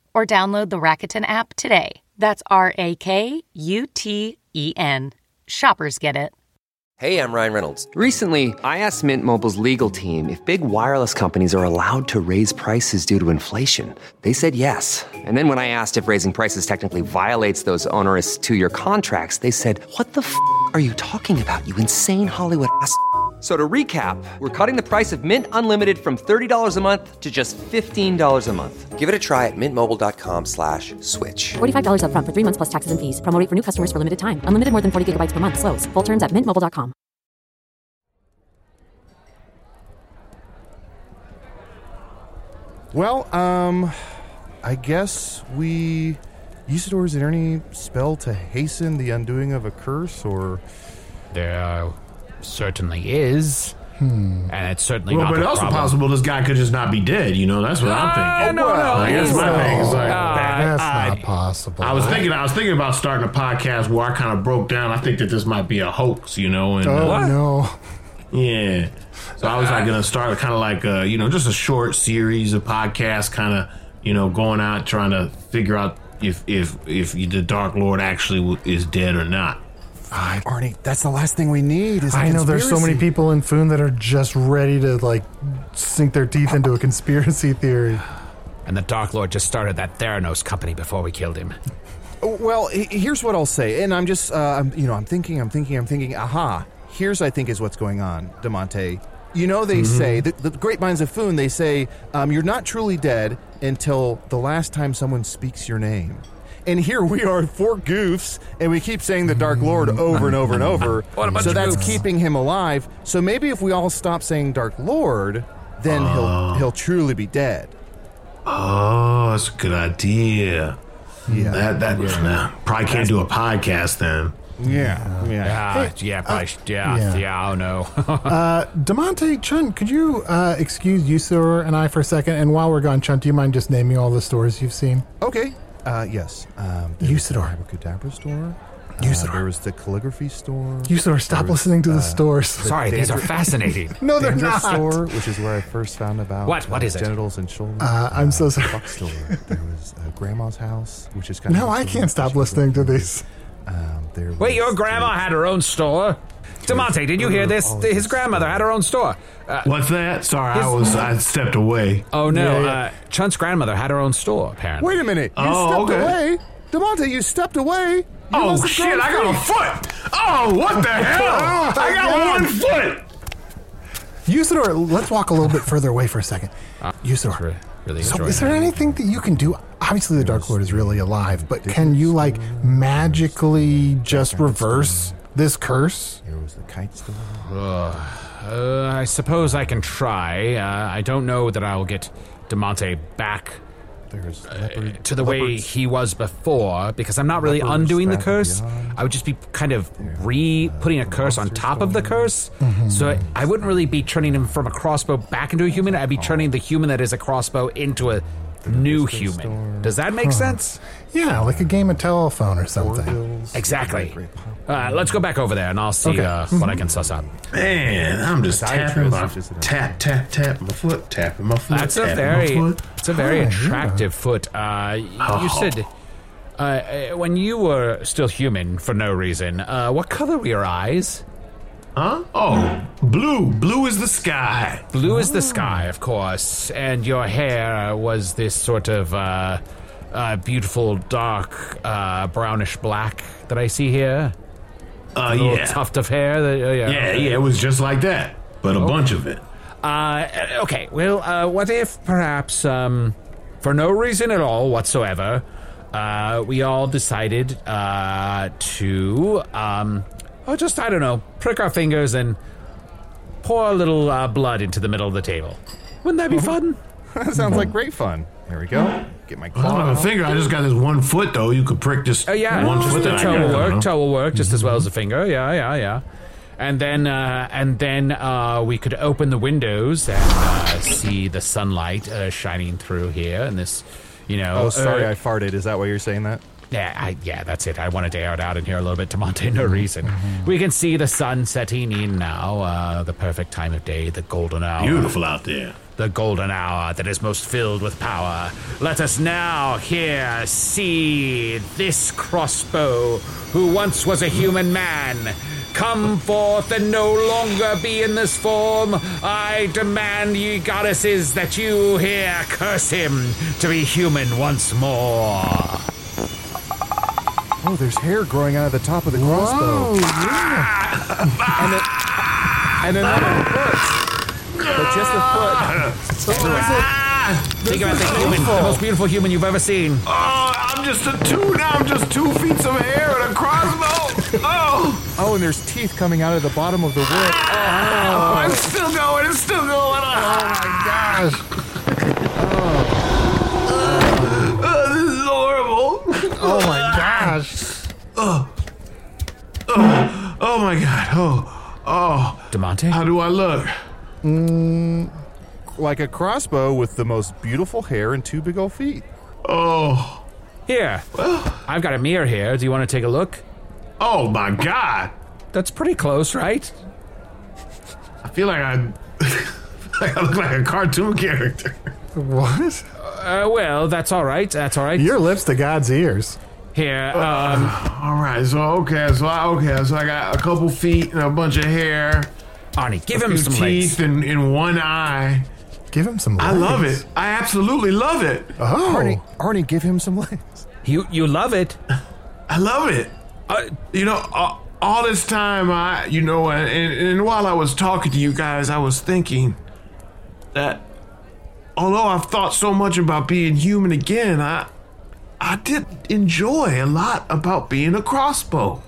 or download the Rakuten app today. That's R A K U T E N. Shoppers get it. Hey, I'm Ryan Reynolds. Recently, I asked Mint Mobile's legal team if big wireless companies are allowed to raise prices due to inflation. They said yes. And then when I asked if raising prices technically violates those onerous two year contracts, they said, What the f are you talking about, you insane Hollywood ass? f- So to recap, we're cutting the price of Mint Unlimited from $30 a month to just $15 a month. Give it a try at mintmobile.com slash switch. $45 upfront for three months plus taxes and fees. Promo rate for new customers for limited time. Unlimited more than 40 gigabytes per month. Slows. Full terms at mintmobile.com. Well, um, I guess we. Usador, is there any spell to hasten the undoing of a curse, or There uh, certainly is. And it's certainly Well, not but the also problem. possible this guy could just not be dead. You know, that's what I'm thinking. no, Oh, no, Like, that's my thing. It's like, That's I- not possible. I was thinking, I was thinking about starting a podcast where I kind of broke down. I think that this might be a hoax, you know, and Oh uh, no! yeah. So I was like going to start kind of like uh, you know just a short series of podcasts, kind of you know going out trying to figure out if if if the Dark Lord actually w- is dead or not. Arnie? That's the last thing we need. Is a I know there's so many conspiracy. people in Foon that are just ready to like sink their teeth into a conspiracy theory. And the Dark Lord just started that Theranos company before we killed him. Well, he- here's what I'll say, and I'm just, uh, I'm, you know, I'm thinking, I'm thinking, I'm thinking. Aha! Here's I think is what's going on, Demonte. You know, they Mm-hmm. say the, the great minds of Foon. They say um, you're not truly dead until the last time someone speaks your name. And here we are, four goofs, and we keep saying the Dark Lord over and over and over. Mm-hmm. *laughs* What a bunch so of that's goofs. keeping him alive. So maybe if we all stop saying Dark Lord, then Oh. he'll he'll truly be dead. Oh, that's a good idea. Yeah. That that nah, probably can't do a podcast then. yeah. Yeah. Ah, yeah, probably, yeah, yeah. yeah, oh no. *laughs* Demonte Chun, could you uh, excuse Yusor and I for a second? And while we're gone, Chun, do you mind just naming all the stores you've seen? Okay. Uh, yes. Um, Usador. Was the Abracadabra store. Usador. Uh, there was the calligraphy store. Yusor, stop listening to the uh, stores. Sorry, these are fascinating. No, they're Dandruff not. store, which is where I first found about What? What uh, is it? genitals and shoulders. Uh, I'm so sorry. Buck store. There was uh, grandma's house, which is kind of No, I can't stop listening to these. Um, there Wait, your was grandma had her own store? Demonte, did you hear this? All of His this grandmother stuff. had her own store. Uh, What's that? Sorry, I was I stepped away. oh no, Yeah, yeah. Uh, Chun's grandmother had her own store, apparently. Wait a minute! You Oh, stepped okay. away, Demonte. You stepped away. You must oh have shit! grown I got a feet. foot. Oh, what the hell? Oh, my I got God. one foot. Usador, let's walk a little bit further away for a second. Uh, Usador, re- really so enjoying is there that. anything that you can do? Obviously, the Dark Lord is really alive, but can you like magically just reverse this curse? There was the kite store. Uh, I suppose I can try. Uh, I don't know that I'll get Demonte back There was leopard. Uh, to the way leopards. he was before because I'm not really Leopards undoing the back curse. beyond. I would just be kind of re putting a curse on monsters top of the going. curse. So I wouldn't really be turning him from a crossbow back into a human. I'd be turning the human that is a crossbow into a new human. Does that make sense? Yeah, like a game of telephone or something. Orville's, Exactly. Great Pop- Uh, let's go back over there and I'll see Okay. uh, what I can suss up. Man, I'm just tapping my Psychiatrist, is it? tap tap tap my foot, tapping my foot. That's a tapping very, my foot. it's a very attractive foot. Uh, y- You said uh, uh, when you were still human for no reason. Uh, what color were your eyes? huh? Oh, blue, blue is the sky. Uh, Blue is the sky, of course, and your hair uh, was this sort of uh, uh, beautiful dark uh, brownish black that I see here. Uh, A little yeah, tuft of hair. That, uh, yeah. yeah, yeah. It was just like that, but a Oh. bunch of it. Uh, okay, well, uh, what if perhaps, um, for no reason at all whatsoever, uh, we all decided uh, to, um, oh, just, I don't know, prick our fingers and pour a little uh, blood into the middle of the table? Wouldn't that be Mm-hmm. fun? that sounds like great fun. Here we go. Get my I don't claw. have uh, a finger. I just got this one foot though. You could prick this. Oh yeah, one just foot the that I Hmm. toe got will going on. work. Toe will work just as well as the finger. Yeah, yeah, yeah. And then, uh, and then uh, we could open the windows and uh, see the sunlight uh, shining through here. And this, you know, Oh, sorry, uh, I farted. Is that why you're saying that? yeah, I, yeah, that's it. I wanted to air it out in here a little bit to *laughs* Monte. No Mm-hmm. reason. We can see the sun setting in now. Uh, the perfect time of day, the golden hour Beautiful out there. the golden hour that is most filled with power. Let us now here see this crossbow, who once was a human man, Come forth and no longer be in this form. I demand, ye goddesses, that you here curse him to be human once more. Oh, there's hair growing out of the top of the crossbow. and, it, and another foot. But just a foot. Ah! Think about the human, the most beautiful human you've ever seen. Oh, I'm just a two now. I'm just two feet of hair and a crossbow. Oh, Oh, and there's teeth coming out of the bottom of the wood. Oh, I'm still going. It's still going. Oh, my gosh. Uh, this is horrible. Oh my gosh. Oh my god. Oh, oh. How Demonte? do I look? like a crossbow with the most beautiful hair and two big old feet. Oh, *gasps* Here. I've got a mirror here. Do you want to take a look? oh my god. That's pretty close, right? I feel like I, *laughs* like I look like a cartoon character. What? Uh, well, that's all right. That's all right. Your lips to God's ears. Here, um, All right. So okay. So I, okay. So I got a couple feet and a bunch of hair. Arnie, give him few some teeth legs. and, and one eye. Give him some. I love legs. it. I absolutely love it. Oh, Arnie, Arnie, give him some legs. You you love it. I love it. I, you know, uh, all this time, I, you know, and, and, and while I was talking to you guys, I was thinking that although I've thought so much about being human again, I, I did enjoy a lot about being a crossbow.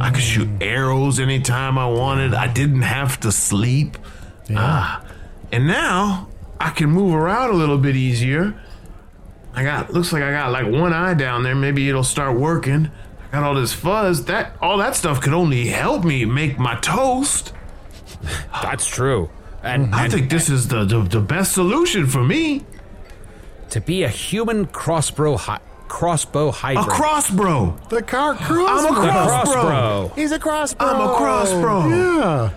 I could shoot arrows anytime I wanted. I didn't have to sleep. Ah, and now I can move around a little bit easier. I got looks like I got like one eye down there. Maybe it'll start working. I got all this fuzz. That all that stuff could only help me make my toast. That's true. And, I and think this is the, the the best solution for me. to be a human crossbow hi- crossbow A hybrid. crossbro. the car cross. I'm a The crossbro. crossbow. He's a crossbow. I'm a crossbro. yeah.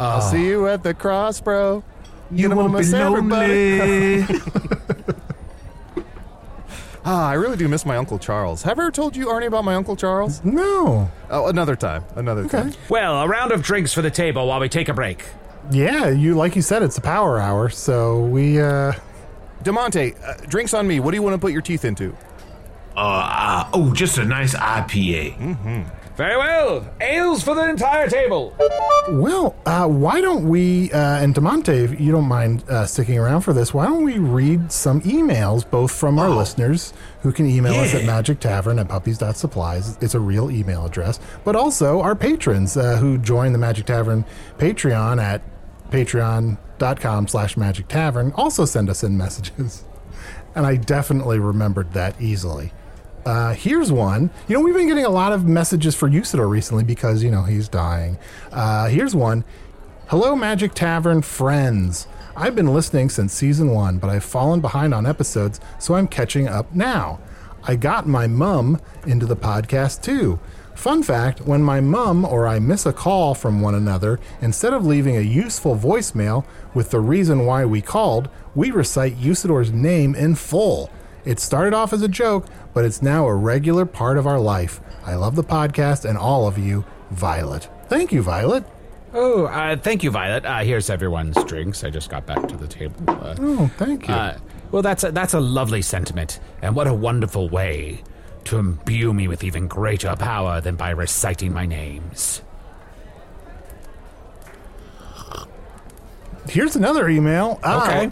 I'll see you at the crossbow. You Gonna won't be miss everybody. lonely. *laughs* Ah, I really do miss my Uncle Charles. Have I ever told you, Arnie, about my Uncle Charles? No. Oh, another time. Another time. Well, a round of drinks for the table while we take a break. Yeah, you like you said, it's a power hour, so we. uh DeMonte, uh, drinks on me. What do you want to put your teeth into? uh, uh, oh, just a nice Mm, IPA. Very well. Ales for the entire table. Well, uh, why don't we, uh, and Demonte, if you don't mind uh, sticking around for this, why don't we read some emails, both from Oh. our listeners who can email us at magic tavern at puppies.supplies. It's a real email address, but also our patrons uh, who join the Magic Tavern Patreon at patreon.com slash magic tavern also send us in messages. And I definitely remembered that easily. Uh, here's one. You know, we've been getting a lot of messages for Usador recently because, you know, he's dying. Uh, here's one. Hello, Magic Tavern friends. I've been listening since season one, but I've fallen behind on episodes, so I'm catching up now. I got my mum into the podcast too. Fun fact when my mum or I miss a call from one another, instead of leaving a useful voicemail with the reason why we called, we recite Usador's name in full. It started off as a joke, but it's now a regular part of our life. I love the podcast and all of you, Violet. Thank you, Violet. Oh, uh, thank you, Violet. Uh, here's everyone's drinks. I just got back to the table. Uh, Oh, thank you. Uh, well, that's a, that's a lovely sentiment, and what a wonderful way to imbue me with even greater power than by reciting my names. Here's another email. Ah, Okay.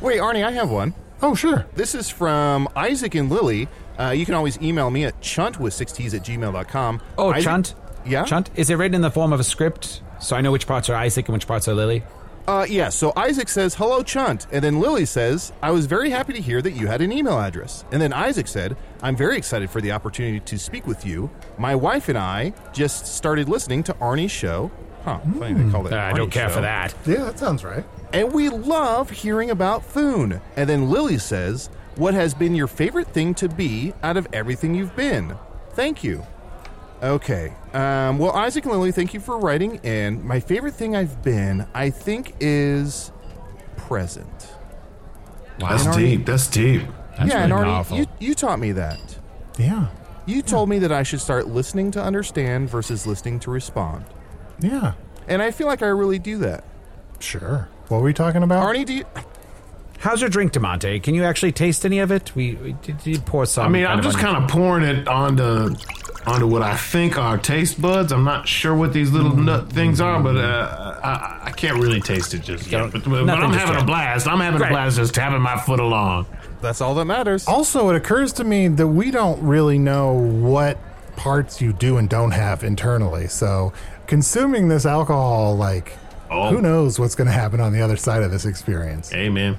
Wait, Arnie, I have one. Oh, sure. This is from Isaac and Lily. Uh, you can always email me at chunt with six t's at gmail.com. Oh, Isaac- Chunt. Yeah? Chunt. Is it written in the form of a script, so I know which parts are Isaac and which parts are Lily? Uh, yeah, so Isaac says, Hello, Chunt. And then Lily says, I was very happy to hear that you had an email address. And then Isaac said, I'm very excited for the opportunity to speak with you. My wife and I just started listening to Arnie's show. Huh, funny they call it. Uh, I don't Arnie's care show. for that. Yeah, that sounds right. And we love hearing about Thune. And then Lily says, What has been your favorite thing to be out of everything you've been? Thank you. Okay. Um, well, Isaac and Lily, thank you for writing in. My favorite thing I've been, I think, is present. That's deep. That's deep. That's yeah, really and Arnie, powerful. You, you taught me that. Yeah. You told me that I should start listening to understand versus listening to respond. Yeah. And I feel like I really do that. Sure. What were we talking about? Arnie, do you. How's your drink, Demonte? Can you actually taste any of it? We, we did, did pour some. I mean, I'm just on- kind of pouring it onto onto what I think are taste buds. I'm not sure what these little nut things are, but uh, I, I can't really taste it just yet. But, but Nothing I'm just having yet. a blast. I'm having Right. a blast just tapping my foot along. That's all that matters. Also, it occurs to me that we don't really know what parts you do and don't have internally. So, consuming this alcohol, like, Oh. who knows what's going to happen on the other side of this experience? Hey, man,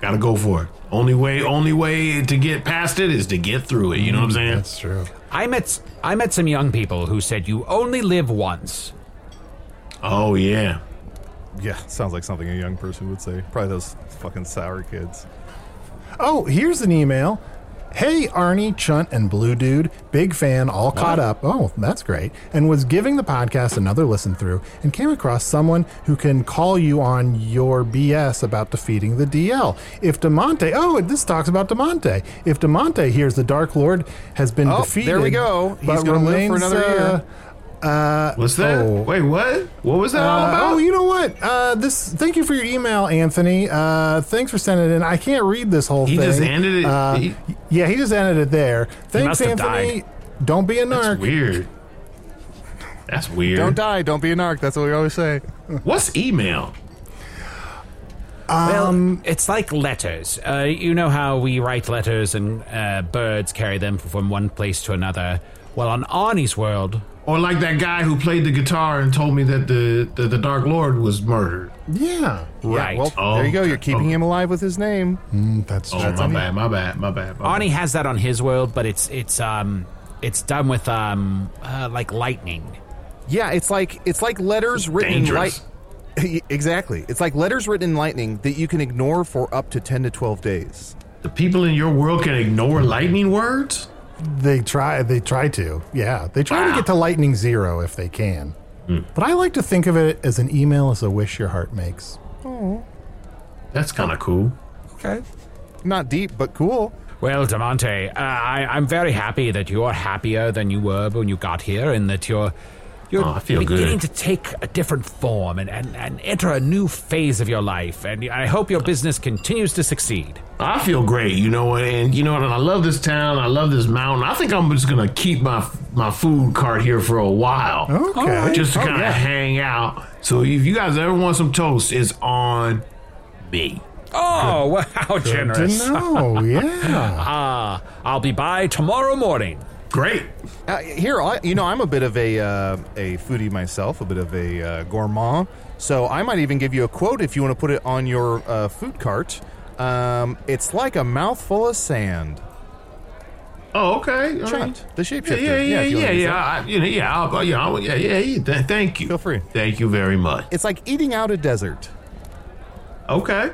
gotta go for it. Only way, only way to get past it is to get through it. You know what I'm saying? That's true. I met I met some young people who said you only live once. Oh yeah. Yeah, sounds like something a young person would say. Probably those fucking sour kids. Oh, here's an email. Hey, Arnie, Chunt, and Blue Dude. Big fan, all caught up. Oh, that's great. And was giving the podcast another listen through and came across someone who can call you on your BS about defeating the DL. If DeMonte, oh, this talks about DeMonte. If DeMonte hears the Dark Lord has been Oh, defeated. there we go. He's but gonna live for remains, another uh, year. What's that? oh. Wait, what? What was that all uh, about? oh, you know what? Uh, this. Thank you for your email, Anthony. Uh, thanks for sending it in. I can't read this whole He thing. just ended it- Uh, he- yeah, he just ended it there. Thanks, must have Anthony. Don't be a That's narc. weird. That's weird. Don't die, don't be a narc. That's what we always say. What's email? well, it's like letters. Uh, you know how we write letters and uh, birds carry them from one place to another. Well, on Arnie's world, Or like that guy who played the guitar and told me that the the, the Dark Lord was murdered. Yeah, right? Well, Oh, there you go. You're okay. keeping Oh. him alive with his name. Mm, that's Oh, true. my bad, my bad, my bad, my Arnie has that on his world, but it's it's um it's done with um uh, like lightning. Yeah, it's like it's like letters written dangerous. *laughs* in light. exactly. It's like letters written in lightning that you can ignore for up to 10 to 12 days. bad. The people in your world can ignore lightning words? They try. They try to. Yeah, they try to Wow. Hmm. get to lightning zero if they can. But I like to think of it as an email as a wish your heart makes. That's kind of cool. Okay. Not deep, but cool. Well, Damante, uh, I, I'm very happy that you're happier than you were when you got here, and that you're you're Oh, I feel beginning good. to take a different form and, and, and enter a new phase of your life. And I hope your business continues to succeed. I feel great, you know, and you know, and I love this town. I love this mountain. I think I'm just gonna keep my my food cart here for a while, Okay. just to kind of hang out. So if you guys ever want some toast, it's on me. Oh, *laughs* wow, how generous! *laughs* No, yeah. Ah, I'll be by tomorrow morning. Great. Uh, here, I, you know, I'm a bit of a uh, a foodie myself, a bit of a uh, gourmand. So I might even give you a quote if you want to put it on your uh, food cart. Um, it's like a mouthful of sand. Oh, okay. All Chunt, right. the shapeshifter. Yeah, yeah, yeah, if you yeah, wanna use yeah. that. I, you know, yeah, I'll, yeah, I'll, yeah, yeah, yeah. Th- thank you. Feel free. Thank you very much. It's like eating out a desert. Okay.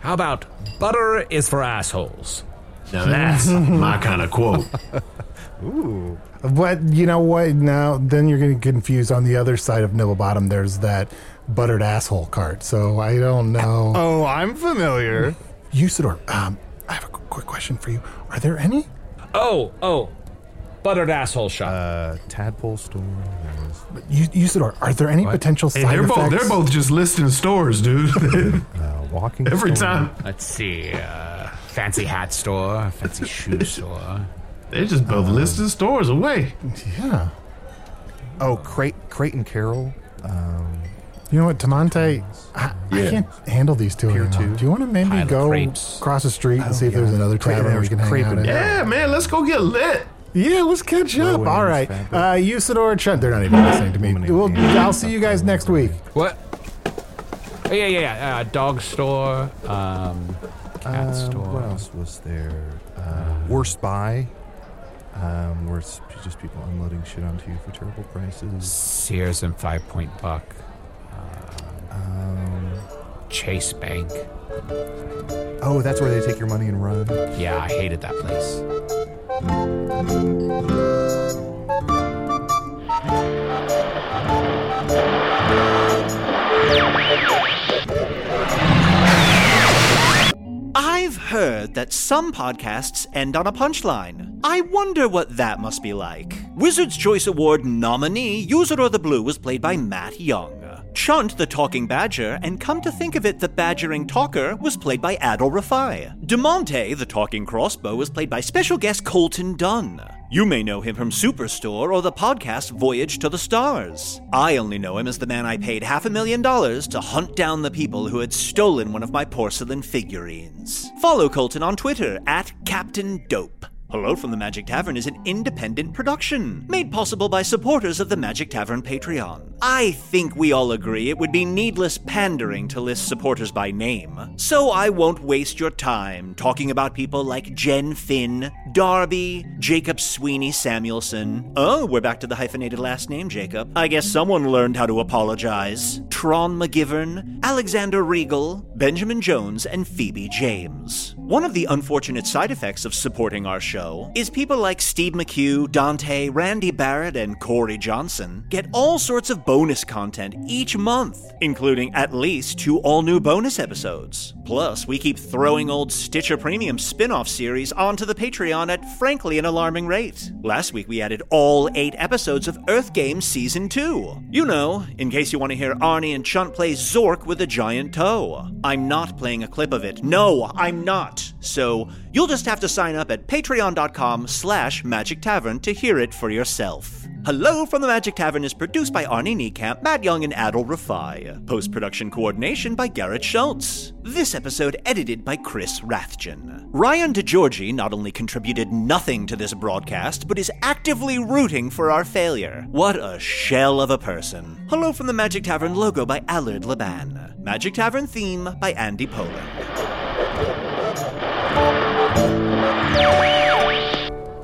How about butter is for assholes? *laughs* Now that's my kind of quote. But you know what? Now then you're going to get confused. On the other side of Nibble Bottom, there's that buttered asshole cart. So I don't know. Oh, I'm familiar. Usador, um, I have a qu- quick question for you. Are there any? Oh, oh, buttered asshole shop. uh, *laughs* tadpole storm. U- Usador, are there any potential Hey, side they're both effects? they're both just listing stores, dude. *laughs* Uh, walking Every storm. time Let's see. Uh, fancy hat store, fancy *laughs* shoe store. they just both listing stores away. Yeah. Oh, Cray- Creighton Carroll. Um, You know what, Tamonte? I, I can't handle these two Pier anymore. two. Do you want to maybe Pile of go crepes. across the street and see if yeah. there's another Crepe- tavern there's we can hang crepe out in at? there. Yeah, man, let's go get lit. Yeah, let's catch up. Rowan All is right. fabulous. Uh, Usador, Chunt, they're not even listening to me. Woman in Well, hand. I'll see you guys next week. What? Oh, yeah, yeah, yeah. Uh, dog store, um, cat store. Uh, What else was there? Uh, worst buy. Um, where it's p- just people unloading shit onto you for terrible prices. Sears and Five Point Buck. Um, Chase Bank. oh, that's where they take your money and run. Yeah, I hated that place. I've heard that some podcasts end on a punchline. I wonder what that must be like. Wizard's Choice Award nominee User of the Blue was played by Matt Young. Chunt the Talking Badger, and come to think of it, the badgering talker was played by Adol Rafai. DeMonte the Talking Crossbow was played by special guest Colton Dunn. You may know him from Superstore or the podcast Voyage to the Stars. I only know him as the man I paid half a million dollars to hunt down the people who had stolen one of my porcelain figurines. Follow Colton on Twitter at Captain Dope. Hello from the Magic Tavern is an independent production made possible by supporters of the Magic Tavern Patreon. I think we all agree it would be needless pandering to list supporters by name, so I won't waste your time talking about people like Jen Finn, Darby, Jacob Sweeney Samuelson. Oh, we're back to the hyphenated last name, Jacob. I guess someone learned how to apologize. Tron McGivern, Alexander Regal, Benjamin Jones, and Phoebe James. One of the unfortunate side effects of supporting our show is people like Steve McHugh, Dante, Randy Barrett, and Corey Johnson get all sorts of bonus content each month, including at least two all new bonus episodes. Plus, we keep throwing old Stitcher Premium spin off series onto the Patreon at frankly an alarming rate. Last week, we added all eight episodes of Earth Games Season 2. You know, in case you want to hear Arnie and Chunt play Zork with a giant toe. I'm not playing a clip of it. No, I'm not. So, you'll just have to sign up at patreon.com slash magic tavern to hear it for yourself. Hello from the Magic Tavern is produced by Arnie Niekamp, Matt Young, and Adol Rafai. Post production coordination by Garrett Schultz. This episode edited by Chris Rathjen. Ryan DeGiorgi not only contributed nothing to this broadcast, but is actively rooting for our failure. What a shell of a person. Hello from the Magic Tavern logo by Allard Laban. Magic Tavern theme by Andy Poland.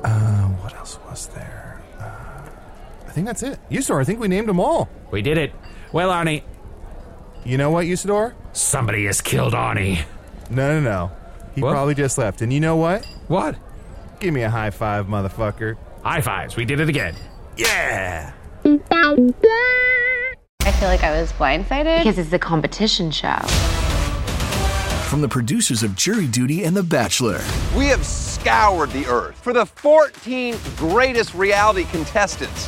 Uh, what else was there? Uh, I think that's it. Usador, I think we named them all. We did it. Well, Arnie. You know what, Usador? Somebody has killed Arnie. No, no, no. He What? probably just left. And you know what? What? Give me a high five, motherfucker. High fives. We did it again. Yeah! I feel like I was blindsided. Because it's the competition show. From the producers of Jury Duty and The Bachelor, We have scoured the earth for the 14 greatest reality contestants